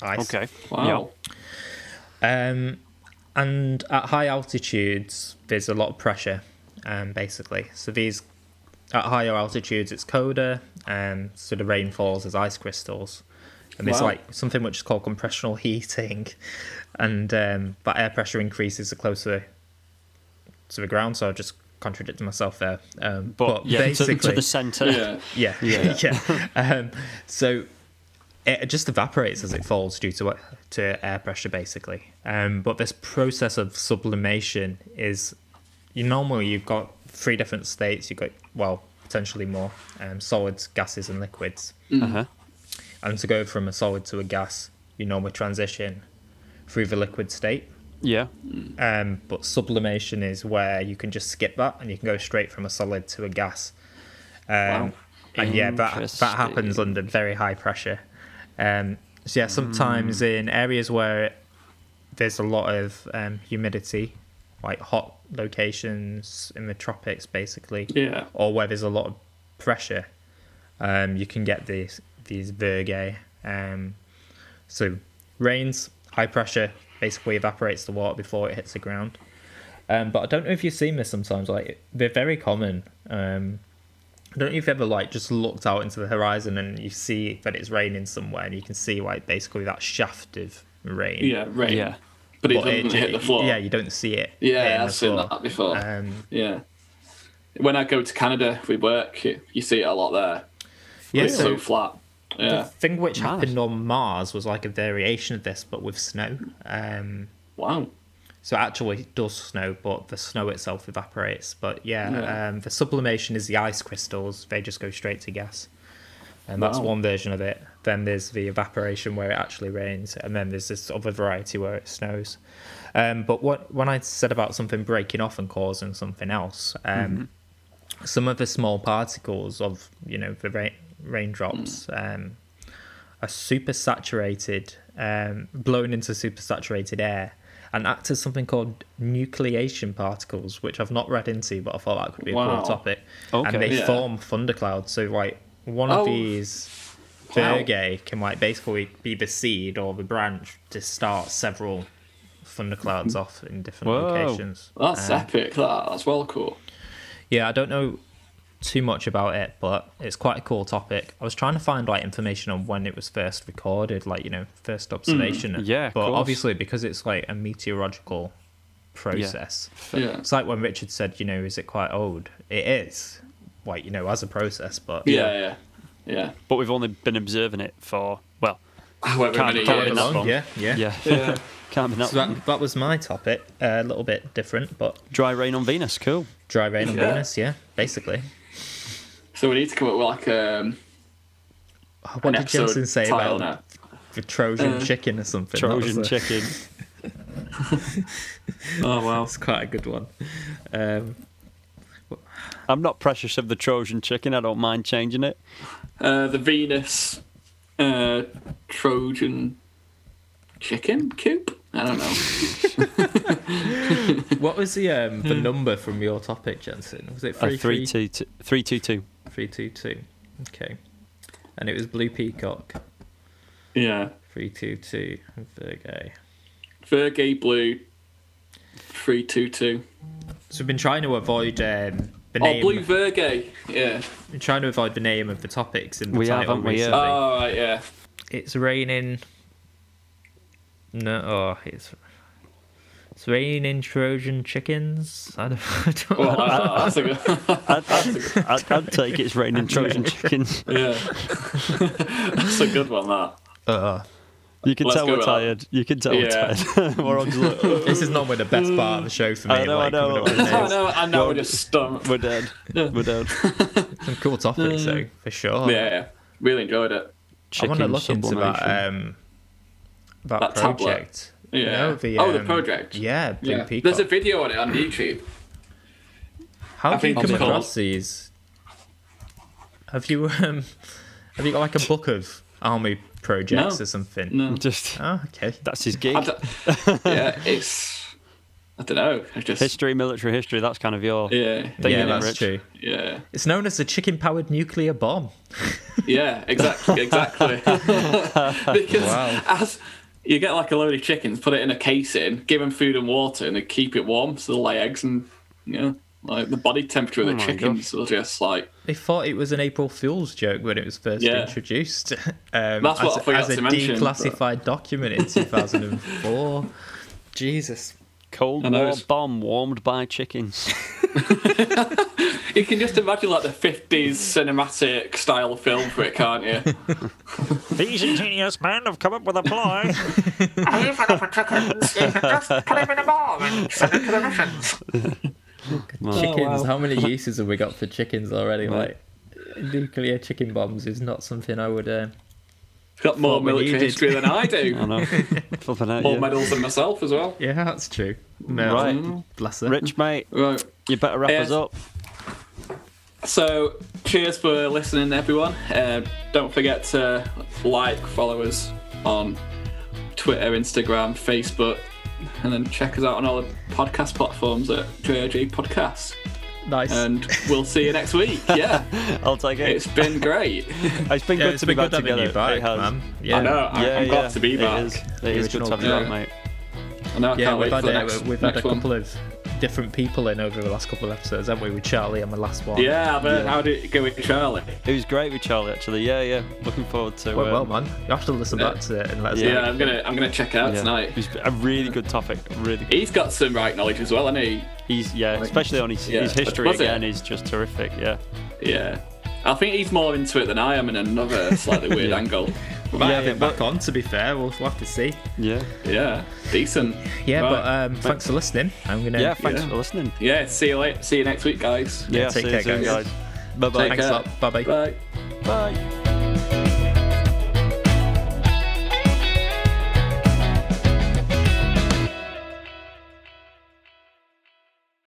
Speaker 3: ice.
Speaker 2: Okay.
Speaker 1: Wow.
Speaker 3: Um, and at high altitudes, there's a lot of pressure, um, basically. So these, at higher altitudes, it's colder, um, so the rain falls as ice crystals. And there's
Speaker 1: Wow.
Speaker 3: like something which is called compressional heating, and um, that air pressure increases the closer to the ground. So I just contradicted myself there. Um,
Speaker 2: But,
Speaker 3: but,
Speaker 2: yeah, to,
Speaker 3: basically,
Speaker 2: to the centre.
Speaker 1: Yeah.
Speaker 3: yeah, yeah. Um, so it just evaporates as it falls due to to air pressure, basically. Um, but this process of sublimation is you normally you've got three different states. You've got well potentially more um, solids, gases, and liquids.
Speaker 2: Uh-huh.
Speaker 3: And to go from a solid to a gas, you normally transition through the liquid state.
Speaker 2: Yeah.
Speaker 3: Um, but sublimation is where you can just skip that and you can go straight from a solid to a gas. Um, And yeah, that, that happens under very high pressure. Um, so yeah, sometimes in areas where there's a lot of um, humidity, like hot locations in the tropics, basically,
Speaker 1: Yeah.
Speaker 3: or where there's a lot of pressure, um, you can get these these vergae. Um, so rains, high pressure, basically evaporates the water before it hits the ground. Um, but I don't know if you've seen this sometimes. Like they're very common. Um, I don't know if you've ever like just looked out into the horizon and you see that it's raining somewhere, and you can see like basically that shaft of rain.
Speaker 1: Yeah. Rain.
Speaker 2: Yeah.
Speaker 1: But it
Speaker 3: But
Speaker 1: doesn't hit the floor.
Speaker 3: E? Yeah, you don't see it. hitting
Speaker 1: Yeah,
Speaker 3: the
Speaker 1: I've seen
Speaker 3: floor.
Speaker 1: that before.
Speaker 3: Um,
Speaker 1: yeah. When I go to Canada, we work. You, you see it a lot there.
Speaker 3: yeah,
Speaker 1: It's so
Speaker 3: so
Speaker 1: flat.
Speaker 3: the
Speaker 1: Yeah.
Speaker 3: thing which
Speaker 2: Mad.
Speaker 3: happened on Mars was like a variation of this, but with snow. Um,
Speaker 1: Wow.
Speaker 3: so it actually does snow, but the snow itself evaporates. But yeah,
Speaker 1: Yeah.
Speaker 3: Um, the sublimation is the ice crystals; they just go straight to gas, and that's
Speaker 1: Wow.
Speaker 3: one version of it. Then there's the evaporation where it actually rains, and then there's this other variety where it snows. Um, but what when I said about something breaking off and causing something else,
Speaker 1: Mm-hmm.
Speaker 3: um, some of the small particles of you know the rain, raindrops um, are super saturated, um, blown into super saturated air, and act as something called nucleation particles, which I've not read into, but I thought that could be a
Speaker 1: Wow.
Speaker 3: cool topic.
Speaker 2: Okay.
Speaker 3: and they
Speaker 1: Yeah.
Speaker 3: form thunderclouds. So like one
Speaker 1: Oh.
Speaker 3: of these
Speaker 1: Wow.
Speaker 3: vergae can like basically be the seed or the branch to start several thunderclouds off in different
Speaker 2: Whoa.
Speaker 3: locations.
Speaker 1: That's
Speaker 3: Um,
Speaker 1: epic. That. That's well cool.
Speaker 3: yeah, I don't know too much about it, but it's quite a cool topic. I was trying to find like information on when it was first recorded, like you know, first
Speaker 1: Mm,
Speaker 3: observation.
Speaker 2: Yeah, of
Speaker 3: but
Speaker 2: course.
Speaker 3: obviously because it's like a meteorological process.
Speaker 1: Yeah.
Speaker 3: It's like when Richard said, you know, is it quite old? It is, like you know, as a process, but
Speaker 1: Yeah. Yeah. Yeah.
Speaker 2: But we've only been observing it for, well,
Speaker 1: However
Speaker 2: Can't-
Speaker 1: many
Speaker 2: can't
Speaker 1: years.
Speaker 2: be that long.
Speaker 3: yeah, yeah,
Speaker 2: yeah.
Speaker 1: Yeah.
Speaker 2: Can't be that
Speaker 3: So that, that was my topic. A little bit different, but
Speaker 2: Dry rain on Venus. Cool.
Speaker 3: dry rain on
Speaker 1: Yeah.
Speaker 3: Venus. Yeah, basically.
Speaker 1: So we need to come up with like um,
Speaker 3: What
Speaker 1: an
Speaker 3: did
Speaker 1: episode
Speaker 3: Jensen say
Speaker 1: title
Speaker 3: about
Speaker 1: now.
Speaker 3: the Trojan
Speaker 1: Uh,
Speaker 3: chicken or something? That was
Speaker 2: Trojan
Speaker 3: a-
Speaker 2: chicken.
Speaker 1: Oh wow.
Speaker 3: That's quite a good one. Um,
Speaker 2: I'm not precious of the Trojan chicken. I don't mind changing it.
Speaker 1: Uh, the Venus uh, Trojan chicken coop. I don't know.
Speaker 3: what was the um, the number from your topic, Jensen? Was it
Speaker 2: Hmm. A
Speaker 3: three
Speaker 2: Uh, three
Speaker 3: three
Speaker 2: two two three two two.
Speaker 3: three two two? Okay, and it was blue peacock
Speaker 1: Yeah.
Speaker 3: three two two Virgo.
Speaker 1: Virgay Blue, three two two.
Speaker 3: So we've been trying to avoid um, the
Speaker 1: Oh,
Speaker 3: name.
Speaker 1: Blue Virgay. Yeah.
Speaker 3: been trying to avoid the name of the topics in the
Speaker 2: We have,
Speaker 3: title
Speaker 2: haven't we, Uh, yeah.
Speaker 3: recently.
Speaker 1: Oh right, yeah.
Speaker 3: it's raining. No, oh, it's it's raining Trojan chickens. I don't. I don't
Speaker 1: Well, that- that's a good.
Speaker 2: I'd, I'd, I'd, I'd take it's raining Trojan chicken.
Speaker 1: Yeah. that's a good one. That.
Speaker 2: Oh.
Speaker 3: uh,
Speaker 2: You can
Speaker 1: Let's
Speaker 2: tell
Speaker 1: go
Speaker 2: we're
Speaker 1: with that.
Speaker 2: tired. You can tell
Speaker 1: Yeah.
Speaker 2: we're tired. we're all just like,
Speaker 3: this is normally the best part of the show for me.
Speaker 2: I know, I
Speaker 3: like, coming
Speaker 2: know.
Speaker 3: up with
Speaker 2: That's
Speaker 1: Oh
Speaker 3: names.
Speaker 1: no! And now we're just stumped.
Speaker 2: we're dead. We're dead.
Speaker 3: Some cool topics, though, for sure.
Speaker 1: Mm. Yeah, yeah. Really enjoyed it.
Speaker 3: I
Speaker 2: Chicken
Speaker 3: want to look into that
Speaker 2: sublimation.
Speaker 3: um, that,
Speaker 1: That tablet.
Speaker 3: project.
Speaker 1: Yeah.
Speaker 3: No, the,
Speaker 1: oh, the
Speaker 3: um,
Speaker 1: project.
Speaker 3: Yeah, Blue
Speaker 1: Yeah.
Speaker 3: Peacock.
Speaker 1: There's a video on it on YouTube.
Speaker 3: How
Speaker 1: I
Speaker 3: do you
Speaker 1: think
Speaker 3: come
Speaker 1: it's called-
Speaker 3: across these? Have you um, have you got like a book of army projects
Speaker 1: No.
Speaker 3: or something.
Speaker 1: No.
Speaker 2: Just
Speaker 3: Oh, okay.
Speaker 2: that's his gig.
Speaker 1: I don't- yeah, it's. I don't know. I just.
Speaker 2: History, military history. That's kind of your.
Speaker 1: Yeah.
Speaker 2: Thing
Speaker 3: yeah,
Speaker 2: in it,
Speaker 3: that's
Speaker 2: Rich.
Speaker 3: true.
Speaker 1: Yeah.
Speaker 3: It's known as the chicken-powered nuclear bomb.
Speaker 1: Yeah, exactly, exactly. because as you get like a load of chickens, put it in a casing, give them food and water, and they keep it warm, so they lay eggs, and you know, like the body temperature of the
Speaker 2: my
Speaker 1: chickens are just like
Speaker 3: They thought it was an April Fool's joke when it was first
Speaker 1: Yeah.
Speaker 3: introduced.
Speaker 1: That's
Speaker 3: Um,
Speaker 1: what
Speaker 3: as,
Speaker 1: I forgot
Speaker 3: as a
Speaker 1: to mention, but-
Speaker 3: declassified document in 2004.
Speaker 4: Jesus.
Speaker 2: Cold
Speaker 1: I know
Speaker 2: War
Speaker 1: it's-
Speaker 2: bomb warmed by chickens.
Speaker 1: you can just imagine like the fifties cinematic style film for it, can't you?
Speaker 2: These ingenious men have come up with a ploy.
Speaker 3: chickens. How many uses have we got for chickens already? Like nuclear chicken bombs is not something I would. Uh,
Speaker 1: Got more
Speaker 3: What we
Speaker 1: military
Speaker 3: needed.
Speaker 1: history than I do.
Speaker 2: I know. Flipping out,
Speaker 1: More
Speaker 2: yeah.
Speaker 1: medals than myself as well.
Speaker 3: yeah, that's true. No,
Speaker 2: Right.
Speaker 3: bless her.
Speaker 2: Rich mate,
Speaker 1: Right.
Speaker 2: you better wrap
Speaker 1: Yes.
Speaker 2: us up.
Speaker 1: So, cheers for listening, everyone. Uh, don't forget to like, follow us on Twitter, Instagram, Facebook, and then check us out on all the podcast platforms at JRG Podcast.
Speaker 3: Nice.
Speaker 1: And we'll see you next week. Yeah,
Speaker 2: I'll take it.
Speaker 1: it's been great.
Speaker 2: It's been
Speaker 3: yeah,
Speaker 2: good
Speaker 3: it's
Speaker 2: to be
Speaker 3: been
Speaker 2: back
Speaker 3: good
Speaker 2: together.
Speaker 3: having you back,
Speaker 2: it has.
Speaker 3: man. Yeah,
Speaker 1: I know. I,
Speaker 2: Yeah,
Speaker 1: I'm glad
Speaker 2: yeah,
Speaker 1: to be back.
Speaker 2: It is, it is good to have you
Speaker 3: original
Speaker 2: back, mate.
Speaker 1: I know. I
Speaker 3: yeah.
Speaker 1: can't
Speaker 3: We've
Speaker 1: wait
Speaker 3: had,
Speaker 1: for the
Speaker 3: uh,
Speaker 1: next,
Speaker 3: we've had
Speaker 1: next
Speaker 3: a
Speaker 1: one.
Speaker 3: couple of different people in over the last couple of episodes, haven't we? With Charlie and the last one.
Speaker 1: yeah, but how did it go with Charlie?
Speaker 2: It was great with Charlie actually. Yeah, yeah. Looking forward to.
Speaker 3: Well, well,
Speaker 2: um,
Speaker 3: man, you have to listen back to it and let us
Speaker 1: Yeah,
Speaker 3: know.
Speaker 1: I'm gonna I'm gonna check it out
Speaker 2: yeah. It
Speaker 1: tonight.
Speaker 2: was a really good topic. Really, good.
Speaker 1: He's got some right knowledge as well, hasn't he?
Speaker 2: he's yeah, especially on his,
Speaker 1: Yeah.
Speaker 2: his history
Speaker 1: Was it?
Speaker 2: again is just terrific. Yeah,
Speaker 1: Yeah. I think he's more into it than I am in another slightly weird angle.
Speaker 3: We might have it back on. To be fair, we'll, we'll have to see.
Speaker 2: yeah,
Speaker 1: Yeah, decent.
Speaker 3: Yeah,
Speaker 1: Right.
Speaker 3: but um, thanks for listening. I'm gonna.
Speaker 2: yeah. Thanks
Speaker 1: yeah.
Speaker 2: for listening.
Speaker 1: yeah, see you later. See you next week, guys.
Speaker 2: Yeah,
Speaker 3: take
Speaker 2: see
Speaker 3: care,
Speaker 2: you soon,
Speaker 3: guys.
Speaker 2: guys. Bye
Speaker 1: Take
Speaker 2: bye.
Speaker 3: Thanks a
Speaker 1: care.
Speaker 3: lot. Bye bye.
Speaker 1: Bye.
Speaker 2: Bye.